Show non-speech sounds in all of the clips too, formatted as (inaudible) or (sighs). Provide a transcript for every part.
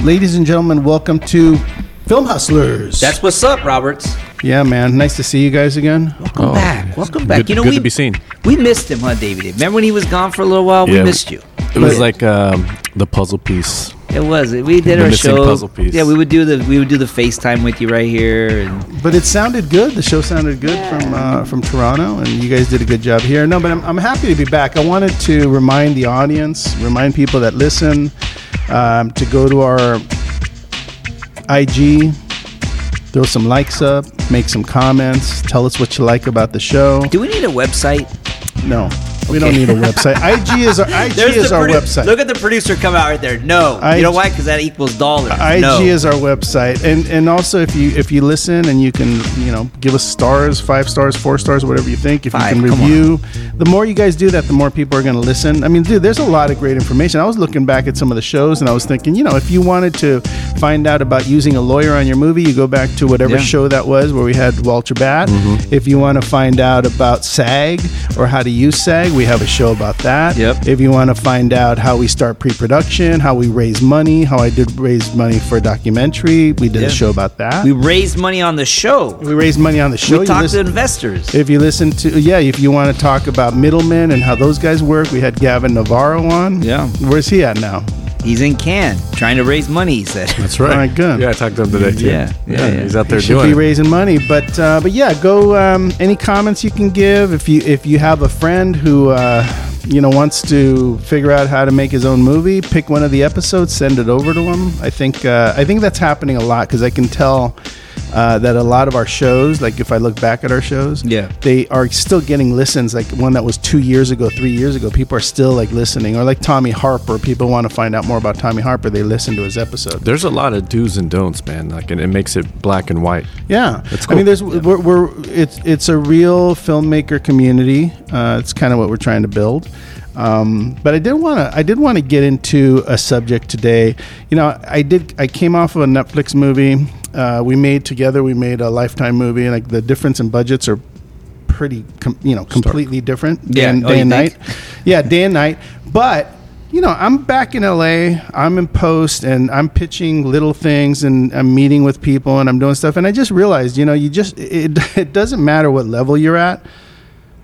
Ladies and gentlemen, welcome to Film Hustlers. That's what's up, Roberts. yeah, man. Nice to see you guys again. Welcome Oh, back. yes. Welcome back. Good- you know, good we, to be seen. We missed him, huh, David? Remember when he was gone for a little while? Yeah. We missed you. It was like um, the puzzle piece. It was. We did The our missing show. puzzle piece. Yeah, we would do the we would do the FaceTime with you right here, and But it sounded good. The show sounded good from uh, from Toronto, and you guys did a good job here. No, but I'm, I'm happy to be back. I wanted to remind the audience, remind people that listen, um, to go to our IG, throw some likes up, make some comments, tell us what you like about the show. do we need a website? No, we don't (laughs) need a website. IG is our IG is the our produ- website. Look at the producer come out right there. No, I- you know why? Because that equals dollars. IG no. is our website, and and also if you if you listen and you can you know give us stars, five stars, four stars, whatever you think. If Five, you can come on. review, the more you guys do that, the more people are going to listen. I mean, dude, there's a lot of great information. I was looking back at some of the shows, and I was thinking, you know, if you wanted to find out about using a lawyer on your movie, you go back to whatever Yeah. Mm-hmm. show that was where we had Walter Bat. If you want to find out about SAG or how to use SAG, we have a show about that. Yep. If you want to find out how we start pre-production, how we raise money, how I did raise money for a documentary, we did Yeah. a show about that. we We, raised money on the show. We, raised money on the show. You talked to listen- investors. if you listen to, yeah, if you want to talk about middlemen and how those guys work, we had Gavin Navarro on. Yeah. Where's he at now? He's in Cannes trying to raise money. He said. (laughs) That's right. Alright, good. Yeah, I talked to him today too. Yeah, yeah, yeah. He's out there He should be doing it. raising money, but uh, but yeah, go. Um, any comments you can give if you if you have a friend who uh, you know wants to figure out how to make his own movie, pick one of the episodes, send it over to him. I think uh, I think that's happening a lot because I can tell. Uh, that a lot of our shows, like if I look back at our shows, Yeah. they are still getting listens. Like one that was two years ago, three years ago, people are still like listening. Or like Tommy Harper, people want to find out more about Tommy Harper, they listen to his episode. There's a lot of do's and don'ts, man. Like, and it makes it black and white. Yeah, That's I mean, cool. there's we're, we're it's it's a real filmmaker community. Uh, it's kind of what we're trying to build. Um, but I did want to I did want to get into a subject today. You know, I did I came off of a Netflix movie. Uh, we made together. We made a Lifetime movie, and like the difference in budgets are pretty, com- you know, completely different. Day Yeah. and, Oh, day you and night. think? Yeah, day and night. But you know, I'm back in LA. I'm in post, and I'm pitching little things, and I'm meeting with people, and I'm doing stuff. And I just realized, you know, you just it, (laughs) it doesn't matter what level you're at.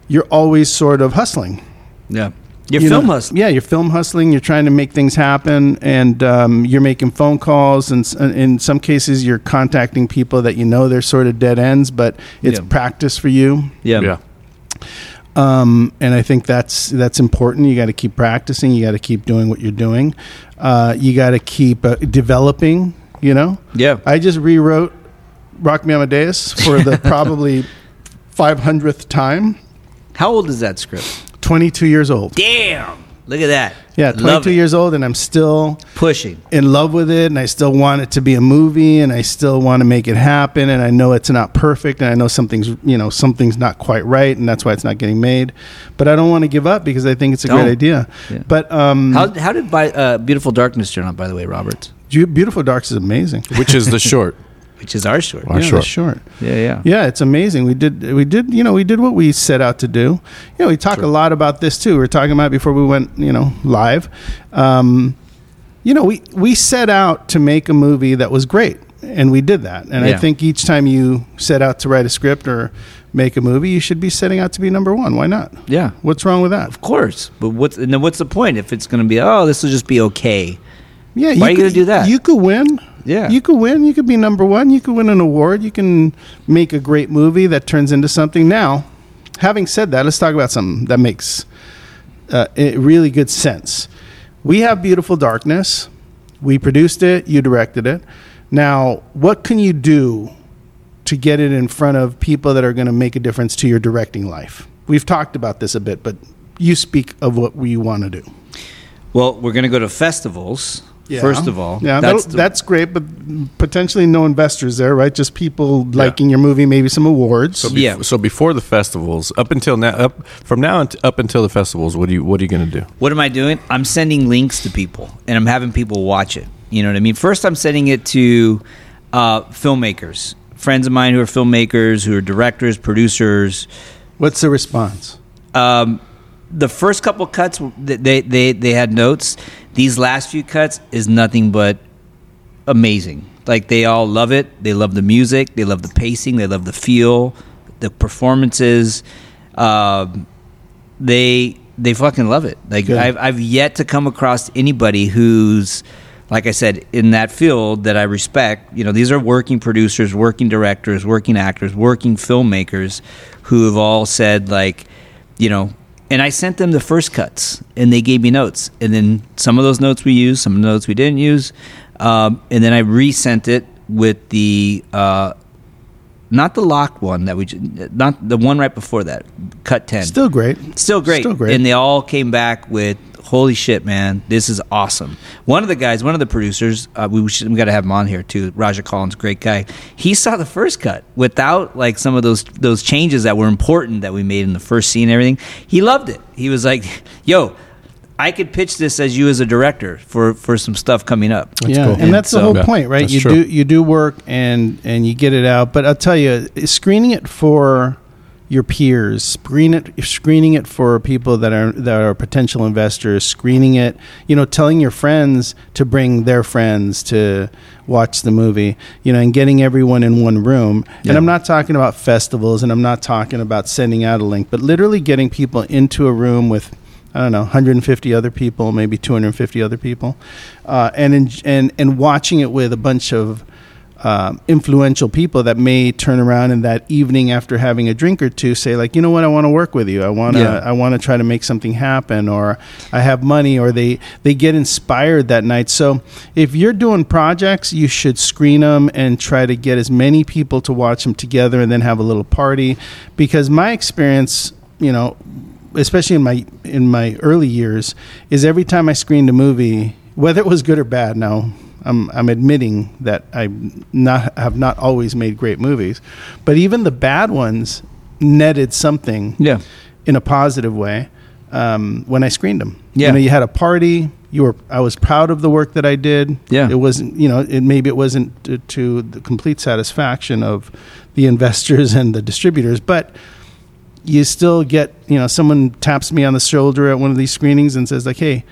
You're always sort of hustling. Yeah. Your You film know, hustle. Yeah, you're film hustling. You're trying to make things happen, and um, you're making phone calls, and s- and in some cases, you're contacting people that you know they're sort of dead ends, but it's Yeah. practice for you. Yeah. Yeah. Um, and I think that's that's important. You got to keep practicing. You got to keep doing what you're doing. Uh, you got to keep uh, developing. You know. Yeah. I just rewrote Rock Me Amadeus for (laughs) the probably 500th time. How old is that script? 22 years old. Damn. Look at that. Yeah, Love 22 it. years old, and I'm still pushing. in love with it and I still want it to be a movie and I still want to make it happen and I know it's not perfect and I know something's you know something's not quite right and that's why it's not getting made but I don't want to give up because I think it's a Don't. great idea Yeah. but um How, how did by, uh, Beautiful Darkness turn out, by the way, Roberts? Ju- Beautiful Darks is amazing (laughs) Which is the short. Which is our short. Our yeah, short. that's short Yeah, yeah. yeah it's amazing we did we did you know we did what we set out to do you know we talk a lot about this too we were talking about it before we went you know live um you know we we set out to make a movie that was great and we did that and i Yeah. think each time you set out to write a script or make a movie you should be setting out to be number one why not Yeah. what's wrong with that Of course. But what's, and then what's the point if it's going to be, oh, this will just be okay? yeah Why are you could- gonna do that? you could win Yeah. you could win you could be number one you could win an award you can make a great movie that turns into something now having said that let's talk about something that makes uh, i- really good sense we have beautiful darkness we produced it you directed it now what can you do to get it in front of people that are going to make a difference to your directing life we've talked about this a bit but you speak of what we want to do Well, we're going to go to festivals, first of all. yeah, that's, That's the- that's great, but potentially no investors there, right? Just people liking your movie, maybe some awards. So bef- Yeah. So before the festivals, up until now, up from now unt- up until the festivals, what do you what are you gonna do? what am I doing? I'm sending links to people and I'm having people watch it. You know what I mean? First, I'm sending it to uh, filmmakers, friends of mine who are filmmakers, who are directors, producers. What's the response? Um, the first couple cuts, they, they, they had notes. These last few cuts is nothing but amazing. Like they all love it. They love the music. They love the pacing. They love the feel, the performances. Um they they fucking love it. Like Good. I've I've yet to come across anybody who's like I said in that field that I respect. You know, these are working producers, working directors, working actors, working filmmakers who have all said like, you know, and I sent them the first cuts and they gave me notes, and then some of those notes we used, some of the notes we didn't use, um, and then I resent it with the. Uh, not the locked one that we, ju- not the one right before that, cut ten Still great. still great. Still great. And they all came back with, "Holy shit, man, this is awesome." One of the guys, one of the producers, uh, we should, we got to have him on here too. Roger Collins, great guy. He saw the first cut without like some of those those changes that were important that we made in the first scene and everything. He loved it. He was like, "Yo." I could pitch this as you as a director for, for some stuff coming up. yeah, cool. and that's the So- whole Yeah, point, right? that's You true. do you do work and and you get it out, but I'll tell you, screening it for your peers, screen it, screening it for people that are that are potential investors, screening it, you know, telling your friends to bring their friends to watch the movie, you know, and getting everyone in one room. Yeah. And I'm not talking about festivals, and I'm not talking about sending out a link, but literally getting people into a room with I don't know, 150 other people, maybe 250 other people, uh, and in, and and watching it with a bunch of um, influential people that may turn around in that evening after having a drink or two, say like, you know what, I want to work with you. I want to Yeah. I want to try to make something happen, or I have money, or they they get inspired that night. So if you're doing projects, you should screen them and try to get as many people to watch them together, and then have a little party. Because my experience, you know, especially in my in my early years, is every time I screened a movie, whether it was good or bad. Now I'm I'm admitting that I not have not always made great movies, but even the bad ones netted something Yeah. in a positive way um, when I screened them. Yeah. You know, you had a party. You were. I was proud of the work that I did. Yeah. It wasn't. You know, it maybe it wasn't to, to the complete satisfaction of the investors (laughs) and the distributors, but you still get. You know, someone taps me on the shoulder at one of these screenings and says like, "Hey."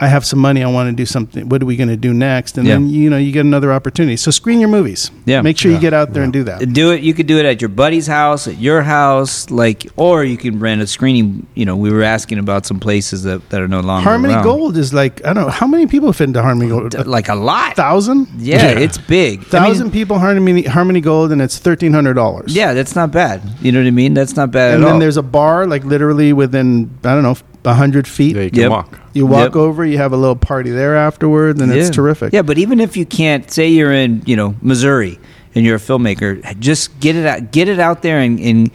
I have some money. I want to do something. What are we going to do next? And Yeah. then you know you get another opportunity. So screen your movies. Yeah. Make sure Yeah. you get out there and do that. do it you could do it at your buddy's house at your house like or you can rent a screening you know we were asking about some places that, that are no longer Harmony around. Gold is like I don't know how many people fit into Harmony Gold. D- (laughs) like a lot thousand. yeah, Yeah. it's big I mean, thousand people Harmony Harmony Gold, and it's thirteen hundred dollars. yeah that's not bad you know what i mean that's not bad and at then all there's a bar like literally within I don't know hundred feet. Yeah, you you, can Yep. walk. walk Yep. over, you have a little party there afterwards, and it's Yeah. terrific. yeah but even if you can't say you're in you know missouri and you're a filmmaker just get it out get it out there and and,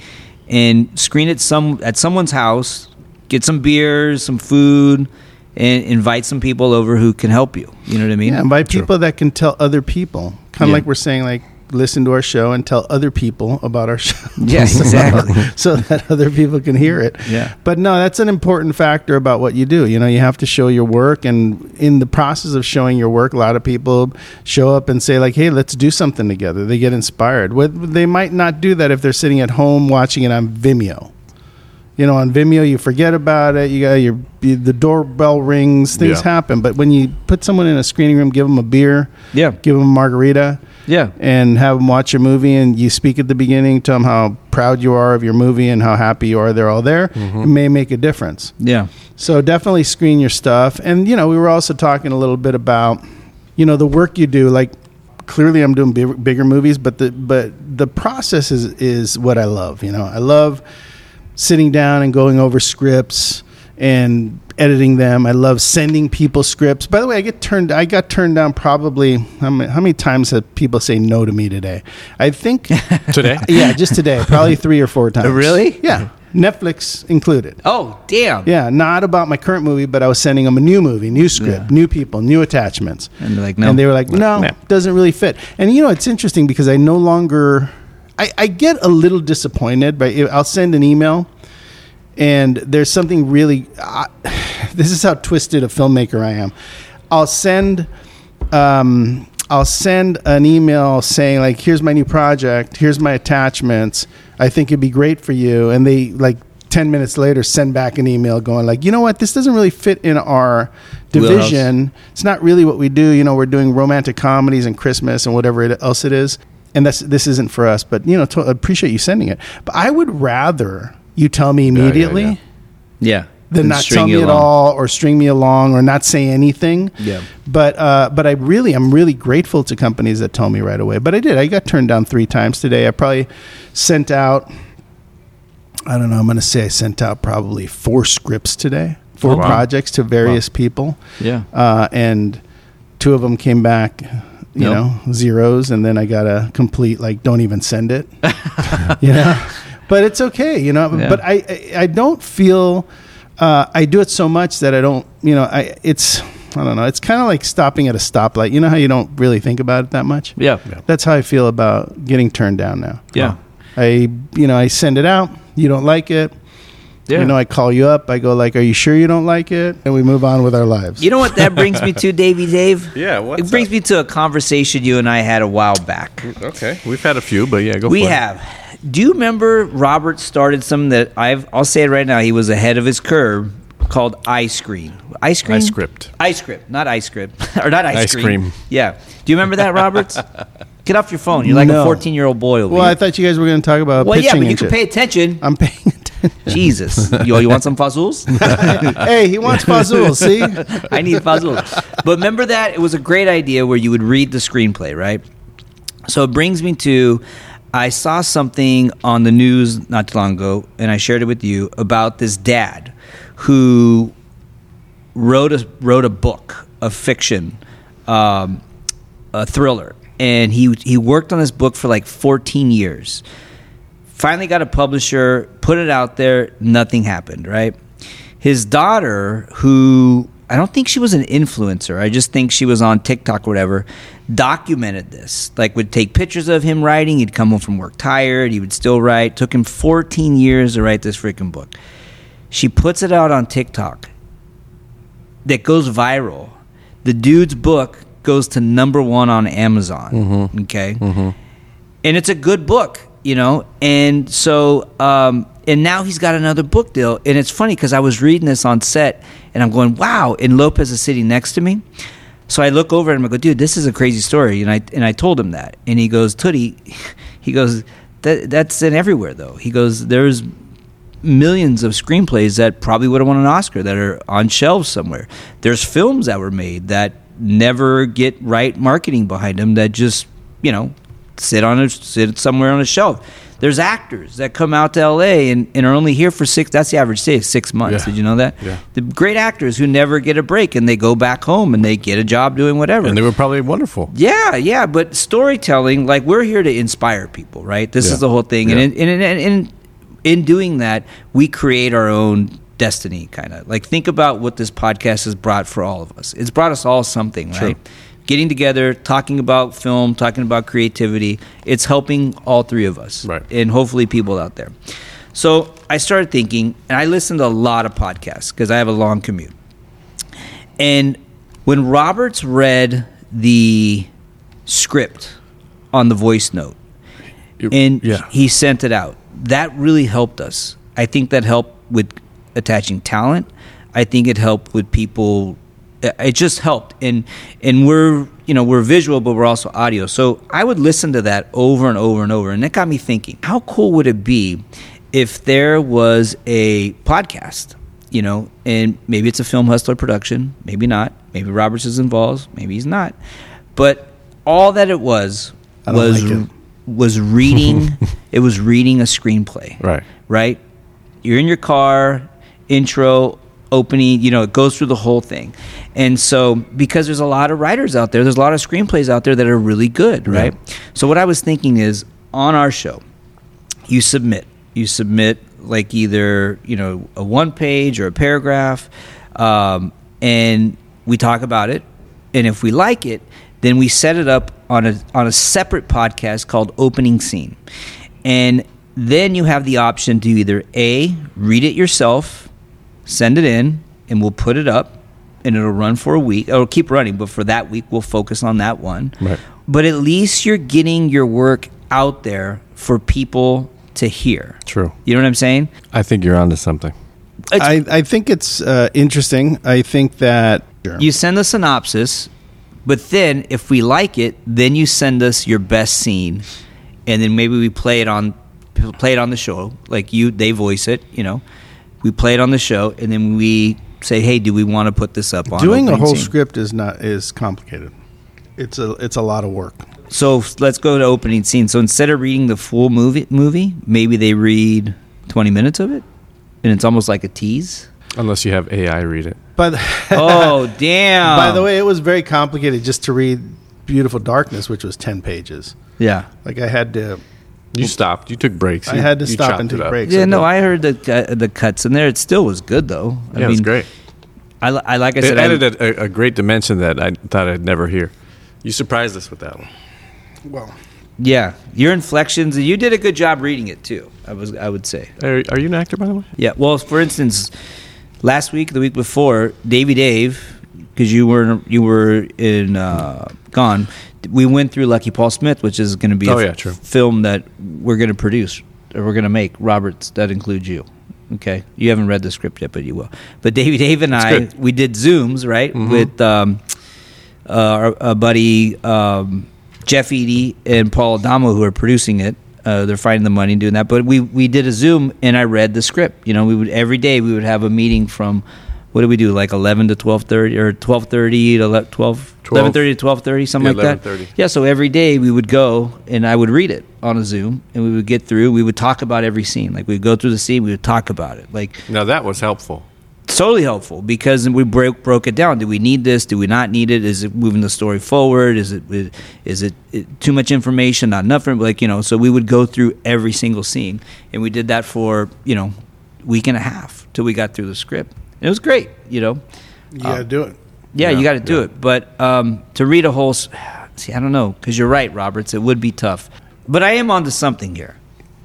and screen it some at someone's house get some beers some food and invite some people over who can help you you know what i mean Yeah, and by people that can tell other people, kind of Yeah. like we're saying, like listen to our show and tell other people about our (laughs) show. Yeah, exactly. (laughs) so that other people can hear it. Yeah. But no, that's an important factor about what you do. You know, you have to show your work, and in the process of showing your work, a lot of people show up and say like, "Hey, let's do something together." They get inspired. What they might not do that if they're sitting at home watching it on Vimeo. You know, on Vimeo, you forget about it. You got your you- the doorbell rings, things Yeah. happen. But when you put someone in a screening room, give them a beer, Yeah. give them a margarita, Yeah. and have them watch a movie and you speak at the beginning tell them how proud you are of your movie and how happy you are they're all there Mm-hmm. it may make a difference Yeah. so definitely screen your stuff and you know we were also talking a little bit about you know the work you do like clearly i'm doing big, bigger movies but the but the process is is what i love you know i love sitting down and going over scripts and editing them. I love sending people scripts. By the way, I get turned. I got turned down probably. How many, how many times have people say no to me today? I think, (laughs) Today? yeah, just today, probably three or four times. Really? Yeah, Netflix included. Oh, damn. Yeah, not about my current movie, but I was sending them a new movie, new script, new people, new attachments. And they're like, no. And they were like, no, Nah. doesn't really fit. And you know, it's interesting because I no longer, I, I get a little disappointed, but I'll send an email and there's something really, I (sighs) this is how twisted a filmmaker I am. I'll send, um, I'll send an email saying like, here's my new project, here's my attachments. I think it'd be great for you. And they like 10 minutes later send back an email going like you know what this doesn't really fit in our division it's not really what we do you know we're doing romantic comedies and christmas and whatever it, else it is and that's this isn't for us but you know to, appreciate you sending it but i would rather you tell me yeah, immediately yeah. Yeah. than And not string tell me you at along. all or string me along or not say anything. Yeah. But uh, but I really I'm really grateful to companies that tell me right away. But I did. I got turned down three times today. I probably sent out. I don't know. I'm going to say I sent out probably four scripts today, four Oh, wow. projects to various people, Yeah. uh, and two of them came back. You Yep. know, zeros, and then I got a complete like, don't even send (laughs) it. you know but it's okay you know Yeah. but I, I i don't feel uh i do it so much that i don't you know i it's i don't know it's kind of like stopping at a stoplight you know how you don't really think about it that much Yeah. that's how i feel about getting turned down now Yeah. i you know i send it out you don't like it Yeah. you know i call you up i go like are you sure you don't like it and we move on with our lives You know what that brings me (laughs) to, Davey Dave? Yeah, what's it brings up? me to a conversation you and I had a while back. Okay, we've had a few, but yeah, go. We for it. have. Do you remember Robert started something that I've? I'll say it right now. He was ahead of his curve, called ice cream. Ice cream. Ice script. Ice script, not ice script, (laughs) or not ice, Ice cream. cream. Yeah. Do you remember that, Roberts? Get off your phone. You're like No. a 14 year old boy. Over well here. i thought you guys were going to talk about well, pitching yeah, but you and can shit. pay attention. i'm paying attention Jesus, you, you want some fuzzles? (laughs) hey he wants fazul see I need puzzles. But remember that it was a great idea where you would read the screenplay, right? So it brings me to I saw something on the news not too long ago, and I shared it with you about this dad who wrote a wrote a book of fiction, um, a thriller, and he he worked on this book for like 14 years. Finally, got a publisher, put it out there. Nothing happened. Right, his daughter, who I don't think she was an influencer. I just think she was on TikTok, or whatever. Documented this, like would take pictures of him writing. He'd come home from work tired. He would still write. Took him 14 years to write this freaking book. She puts it out on TikTok that goes viral. The dude's book goes to number one on Amazon. Okay. And it's a good book, you know? And so, um, and now he's got another book deal. And it's funny because I was reading this on set and I'm going, wow. And Lopez is sitting next to me. So I look over at him and I go, dude, this is a crazy story. And I, and I told him that. And he goes, Tootie, (laughs) he goes, that, that's in everywhere though. He goes, there's millions of screenplays that probably would have won an Oscar that are on shelves somewhere. There's films that were made that never get right marketing behind them that just, you know, sit on a sit somewhere on a shelf. There's actors that come out to LA and, and are only here for six that's the average stay of six months. Yeah. Did you know that? Yeah. The great actors who never get a break and they go back home and they get a job doing whatever. and they were probably wonderful. Yeah, yeah, but storytelling, like we're here to inspire people, right? This Yeah. is the whole thing, Yeah. and in, in, in, in in doing that, we create our own destiny, kind of. Like think about what this podcast has brought for all of us. It's brought us all something, right? Getting together, talking about film, talking about creativity. It's helping all three of us, Right. And hopefully, people out there. So I started thinking, and I listened to a lot of podcasts because I have a long commute. And when Roberts read the script on the voice note It- and yeah, he sent it out, that really helped us. I think that helped with attaching talent. I think it helped with people. it- It just helped, and and we're you know we're visual, but we're also audio. So I would listen to that over and over and over, and it got me thinking: How cool would it be if there was a podcast you know, and maybe it's a film hustler production, maybe not. Maybe Roberts is involved, maybe he's not. But all that it was I don't was like it. was reading it was reading a screenplay. Right. Right? You're in your car, intro, opening, you know, it goes through the whole thing. And so because there's a lot of writers out there, there's a lot of screenplays out there that are really good, right? So what I was thinking is on our show, you submit you submit like either you know a one page or a paragraph um, and we talk about it and if we like it then we set it up on a on a separate podcast called opening scene and then you have the option to either a read it yourself send it in and we'll put it up and it'll run for a week it'll keep running but for that week we'll focus on that one Right. but at least you're getting your work out there for people to here. True. You know what I'm saying? I think you're onto something. It's- I, I think it's uh, interesting. I think that You send the synopsis, but then if we like it, then you send us your best scene, and then maybe we play it on play it on the show. Like you, they voice it. You know, we play it on the show, and then we say, "Hey, do we want to put this up on doing a opening whole scene? script is not is complicated. It's a it's a lot of work. So f- let's go to opening scene. So instead of reading the full movie, movie, maybe they read twenty minutes of it, and it's almost like a (laughs) tease. Unless you have AI read it. But (laughs) Oh damn! by the way, it was very complicated just to read Beautiful Darkness, which was ten pages. yeah, Like I had to You stopped. You took breaks. I you- had to you stop chopped and it take up. breaks. yeah. And No, the- I heard the uh, the cuts in there. It still was good though. I Yeah, it was great. I, li- I like I It said, I- added a, a great dimension that I thought I'd never hear. You surprised us with that one. well, yeah, your inflections. You did a good job reading it too. I was, I would say, Are, are you an actor, by the way? yeah. Well, for instance, last week, the week before, Davy Dave, because you were you were in uh, gone, we went through Lucky Paul Smith, which is going to be Oh, a yeah, true. film that we're going to produce or we're going to make. Roberts, that includes you. Okay, you haven't read the script yet, but you will. But Davy Dave and I, good. we did zooms right with. Um, uh, our, our buddy um, Jeff Eady and Paul Adamo who are producing it. Uh, they're finding the money and doing that. But we we did a Zoom and I read the script. You know, we would every day we would have a meeting from what did we do like eleven to twelve thirty or twelve thirty to 11, 12, 12. 11:30 to twelve thirty something Yeah, like that. 11:30. Yeah, so every day we would go and I would read it on a Zoom and we would get through. We would talk about every scene. Like we'd go through the scene, we would talk about it. Like Now that was helpful. totally helpful because we broke broke it down. Do we need this? Do we not need it? Is it moving the story forward? Is it is it, it too much information? Not enough? Like you know, so we would go through every single scene, and we did that for you know, week and a half till we got through the script. And it was great, you know. you Oh. gotta do it. Yeah, Yeah, you got to do it. But um, to read a whole, s- (sighs) see, I don't know, because you're right, Roberts. It would be tough. But I am onto something here.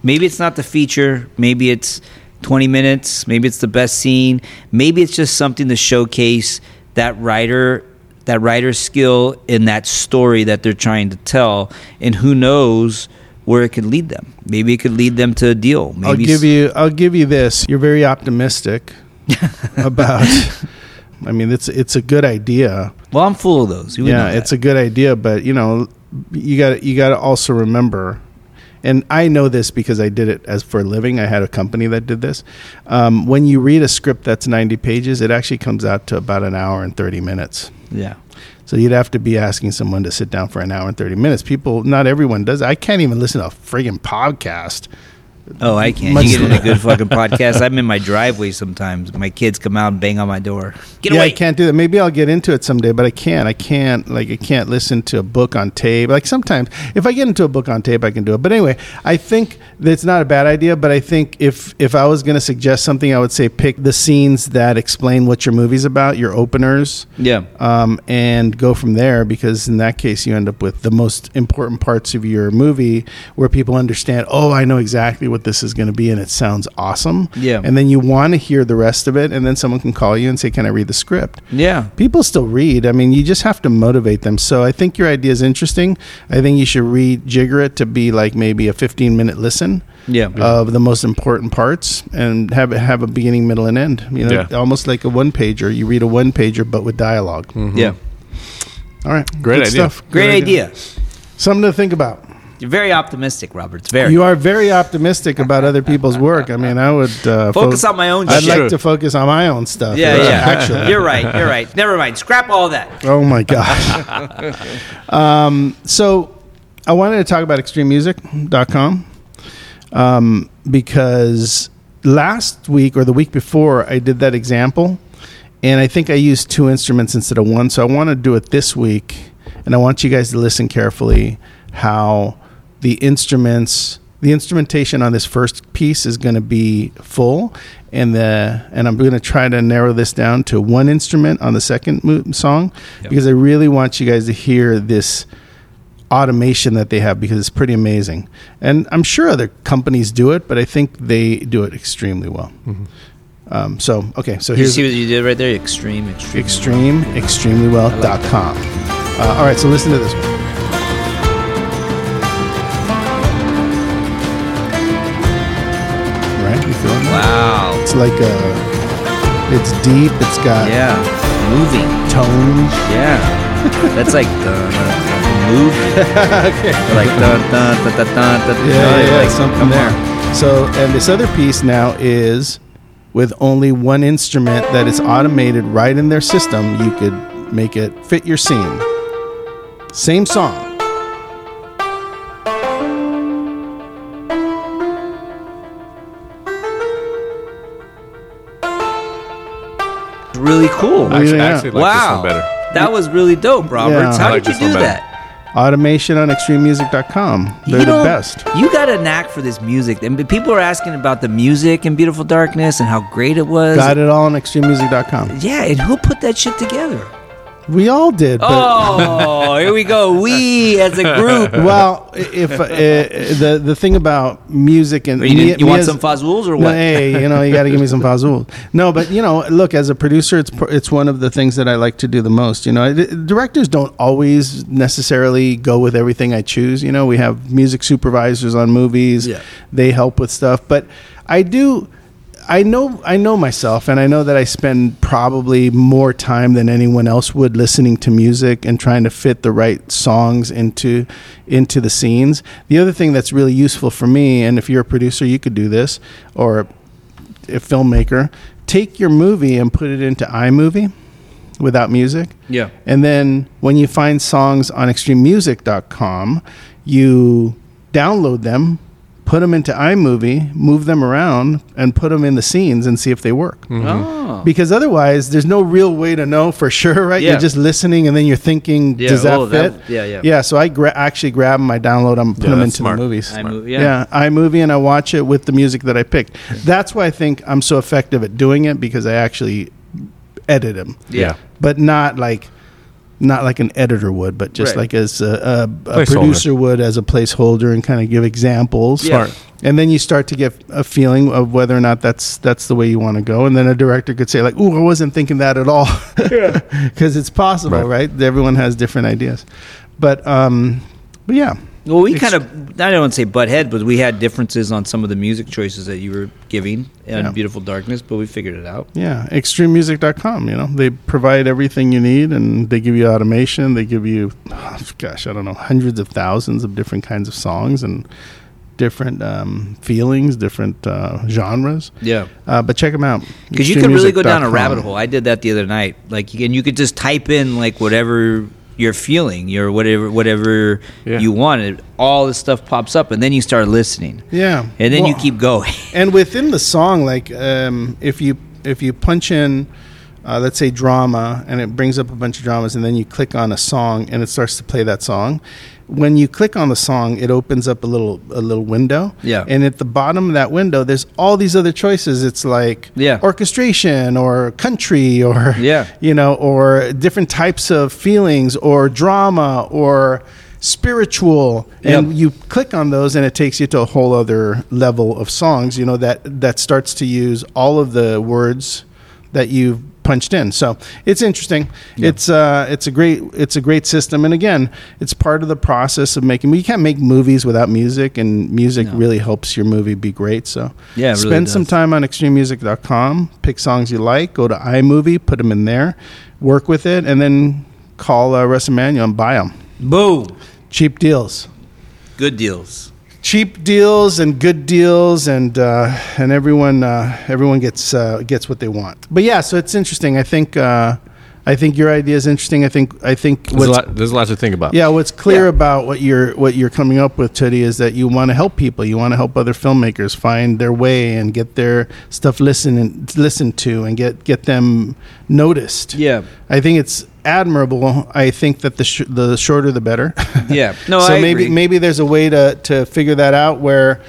Maybe it's not the feature. Maybe it's 20 minutes. Maybe it's the best scene. Maybe it's just something to showcase that writer, that writer's skill in that story that they're trying to tell. And who knows where it could lead them? Maybe it could lead them to a deal. Maybe I'll s- give you I'll give you this. You're very (laughs) optimistic about I mean it's it's a good idea. Well, I'm full of those. You would know yeah, that. it's a good idea, but you know, you got you got to also remember, and I know this because I did it as for a living. I had a company that did this. Um, when you read a script that's ninety pages, it actually comes out to about an hour and thirty minutes. yeah. So you'd have to be asking someone to sit down for an hour and thirty minutes. People, not everyone does. I can't even listen to a friggin' podcast. Oh, I can't. Much- you get in a good fucking podcast. I'm in my driveway sometimes. My kids come out and bang on my door. Get yeah, away! I can't do that. Maybe I'll get into it someday, but I can't. I can't like I can't listen to a book on tape. Like sometimes if I get into a book on tape, I can do it. But anyway, I think that's not a bad idea. But I think if if I was going to suggest something, I would say pick the scenes that explain what your movie's about, your openers, Yeah. um, and go from there. Because in that case, you end up with the most important parts of your movie where people understand. Oh, I know exactly what this is going to be, and it sounds awesome. Yeah. and then you want to hear the rest of it, and then someone can call you and say, "Can I read the script?" Yeah. people still read. I mean, you just have to motivate them. So I think your idea is interesting. I think you should rejigger it to be like maybe a 15 minute listen Yeah. of the most important parts and have it have a beginning, middle, and end. You know, Yeah. almost like a one pager. You read a one pager, but with dialog Yeah. All right. Hmm. Great idea. Great idea. Something to think about. You're very optimistic, Roberts. Very. You are very optimistic about other people's work. I mean, I would uh, Focus on my own I'd shit. like to focus on my own stuff. yeah, yeah. Actually, You're right. You're right. Never mind. Scrap all that. (laughs) Oh (laughs) my gosh. um, so I wanted to talk about extrememusic.com um, because last week or the week before I did that example and I think I used two instruments instead of one. So I want to do it this week and I want you guys to listen carefully how the instruments the instrumentation on this first piece is going to be full and the and I'm going to try to narrow this down to one instrument on the second mo- song because I really want you guys to hear this automation that they have because it's pretty amazing. And I'm sure other companies do it, but I think they do it extremely well. Um, so okay, so Mm-hmm. You here's see what you did right there? Extreme, extreme. extreme extremely.com. Uh, all right, so listen to this one. Thank like a. It's deep. It's got Yeah, moving. tones. Yeah, that's like the move. Like dun dun dun dun dun. dun Yeah, yeah, like, something come there. on. So, and this other piece now is with only one instrument that is automated right in their system, you could make it fit your scene. Same song. Really cool. I actually, Yeah. I actually like wow, this one better. that was really dope, Roberts. Yeah. How I like did this you do one better. that? Automation on extrememusic.com. They're the you don't- best. You got a knack for this music, and people are asking about the music in Beautiful Darkness and how great it was. Got it all on extrememusic.com. Yeah, and who put that shit (laughs) together? We all did, but Oh, here we go. We as a (laughs) (laughs) group. well, i- if uh, uh, the the thing about music and You, me- didn't- you me want as- some Fazools or No, what? hey, you know, you got to give me (laughs) some Fazul. No, but you know, look, as a producer, it's pr- it's one of the things that I like to do the most. You know, I- directors don't always necessarily go with everything I choose. You know, we have music supervisors on movies; Yeah. they help with stuff. But I do. I know I know myself and I know that I spend probably more time than anyone else would listening to music and trying to fit the right songs into into the scenes. The other thing that's really useful for me and if you're a producer you could do this or a filmmaker, take your movie and put it into iMovie without music. Yeah. And then when you find songs on extrememusic.com, you download them, put them into iMovie, move them around, and put them in the scenes and see if they work. Oh. Because otherwise, there's no real way to know for sure, right? Yeah. You're just listening and then you're thinking, Yeah, does that oh, that- fit? yeah, yeah. Yeah, so I gra- actually grab them, I download them, put Yeah, them that's into smart. the movies. I move- yeah. Yeah. iMovie and I watch it with the music that I picked. That's why I think I'm so effective at doing it because I actually edit them, Yeah. but not like not like an editor would, but just Right. like as a, a, a Placeholder. producer would as a placeholder and kind of give examples. Yeah. Smart. And then you start to get a feeling of whether or not that's that's the way you want to go. And then a director could say like, "Ooh, I wasn't thinking that at all," (laughs) because it's possible, right. Right. Everyone has different ideas, but um, but yeah, Well, we kind of, I don't want to say butt head, but we had differences on some of the music choices that you were giving in Yeah. Beautiful Darkness, but we figured it out. Yeah, extrememusic.com, you know. They provide everything you need and they give you automation, they give you (sighs) gosh, I don't know, hundreds of thousands of different kinds of songs and different um, feelings, different uh, genres. Yeah. Uh, but check them out. Because you could really go down a extrememusic.com. rabbit hole. I did that the other night. Like, you- and you could just type in like whatever you're feeling, your whatever whatever Yeah. you wanted. All this stuff pops up, and then you start listening, Yeah. and then you Well, keep going. (laughs) and within the song like um, if you if you punch in uh, let's say drama and it brings up a bunch of dramas and then you click on a song and it starts to play that song when you click on the song it opens up a little a little window Yeah. and at the bottom of that window there's all these other choices it's like Yeah. orchestration or country or Yeah. you know or different types of feelings or drama or spiritual and Yep. you click on those and it takes you to a whole other level of songs you know that that starts to use all of the words that you've punched in so it's interesting it's uh it's a great it's a great system and again it's part of the process of making you can't make movies without music and music really helps your movie be great so Yeah, it really spend some does. time on extrememusic.com pick songs you like go to imovie put them in there work with it and then call uh, russ Emanuel and buy them Boom, cheap deals good deals. cheap deals and good deals and uh, and everyone uh, everyone gets uh, gets what they want. But yeah, so it's interesting. I think uh, I think your idea is interesting. I think I think There's a, what's- lot, there's a lot to think about. yeah, what's clear about what you're what you're coming up with, Teddy, is that you want to help people. You want to help other filmmakers find their way and get their stuff listened and listened to and get get them noticed. Yeah. I think it's admirable. I think that the sh- the shorter the better. (laughs) Yeah. No, so I maybe agree. maybe there's a way to to figure that out where.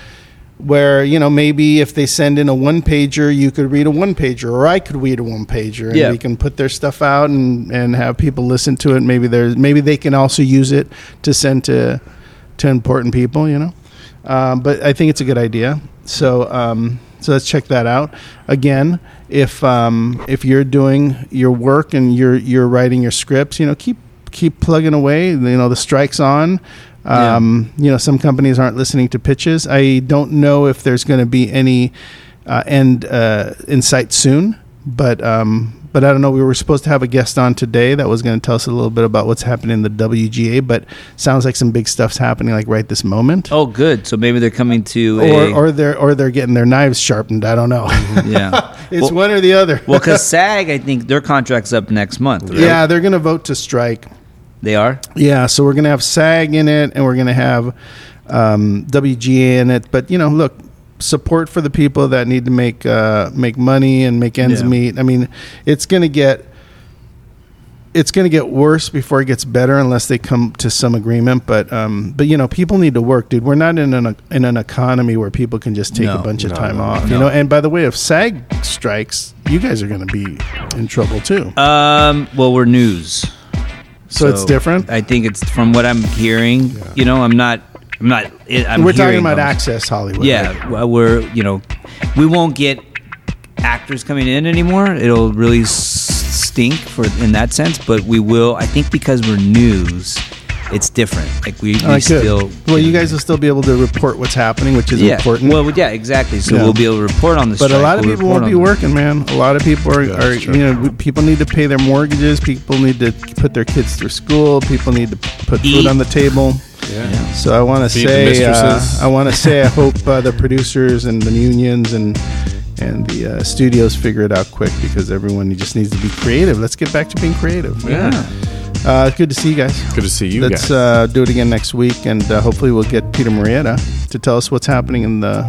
Where you know maybe if they send in a one pager, you could read a one pager, or I could read a one pager, and Yeah. we can put their stuff out and, and have people listen to it. Maybe there's maybe they can also use it to send to to important people, you know. Um, but I think it's a good idea. So um, so let's check that out again. If um, if you're doing your work and you're you're writing your scripts, you know, keep keep plugging away. You know, the strikes on. Yeah. Um, You know, some companies aren't listening to pitches. I don't know if there's going to be any uh, and uh, in sight soon. But um, but I don't know. We were supposed to have a guest on today that was going to tell us a little bit about what's happening in the WGA. But sounds like some big stuff's happening like right this moment. Oh, good. So maybe they're coming to Or, a- or they're or they're getting their knives sharpened. I don't know. Mm-hmm. yeah. (laughs) it's well, one or the other. (laughs) well, because SAG, I think their contract's up next month. Right? yeah, they're going to vote to strike. they are. Yeah, so we're gonna have SAG in it, and we're gonna have um, WGA in it. But you know, look, support for the people that need to make uh, make money and make ends Yeah. meet. I mean, it's gonna get it's gonna get worse before it gets better, unless they come to some agreement. But um, but you know, people need to work, dude. We're not in an in an economy where people can just take No, a bunch of no, time no, off. no. You know, and by the way, if SAG strikes, you guys are gonna be in trouble too. Um, well, we're news, so, it's different. I think it's from what I'm hearing. You know, I'm not. I'm not. i I'm we're talking hearing about them. access Hollywood. right? Yeah, well, we're you know, we won't get actors coming in anymore. It'll really s- stink for in that sense, but we will. I think because we're news, it's different. Like we, we I could. still. well, you guys will still be able to report what's happening, which is yeah. important. Well, yeah, exactly. So Yeah. we'll be able to report on this. but a lot of people won't be working, man. A lot of people are, are that's you know, w- people need to pay their mortgages. People need to put their kids through school. People need to p- put Eat. food on the table. Yeah. So I want to Feed the say, uh, mistresses. I want to say, I hope uh, the producers and the unions and and the uh, studios figure it out quick because everyone just needs to be creative. Let's get back to being creative. Yeah. Uh, it's good to see you guys. Good to see you Let's guys. uh, do it again next week, and uh, hopefully we'll get Peter Marietta to tell us what's happening in the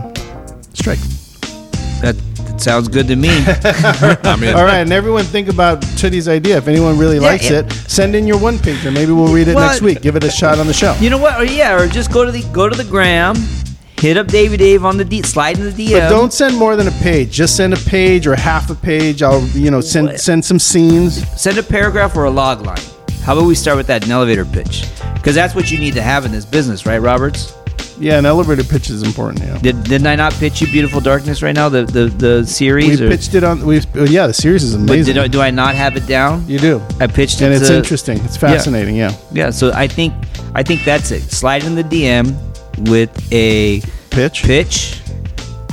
strike. That, that sounds good (laughs) to me. I mean, All right, and everyone think about Chitty's idea. If anyone really likes yeah. it, send in your one pager. Maybe we'll read it Well, next week. Give it a shot on the show. you know what? Or yeah, or just go to the go to the gram, hit up Davey Dave on the D, slide in the DM. But don't send more than a page. Just send a page or half a page. I'll you know send send some scenes. send a paragraph or a log line. How about we start with that in elevator pitch? Because that's what you need to have in this business, right, Roberts? Yeah, an elevator pitch is important. Yeah. Did, didn't I not pitch you Beautiful Darkness right now, the the, the We series? or- pitched it on. We oh, yeah, the series is but amazing. did I, do I not have it down? you do, I pitched it. and it's to- interesting. It's fascinating. Yeah. Yeah, so I think I think that's it. Slide in the DM with a Pitch? pitch,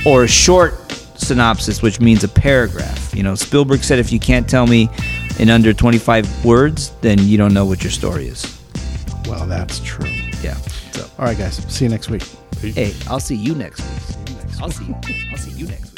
or a short synopsis, which means a paragraph. You know, Spielberg said, if you can't tell me in under 25 words, then you don't know what your story is. Well, that's true. Yeah. So. All right, guys. See you next week. Hey, I'll see you next week. I'll see you. I'll see you next week.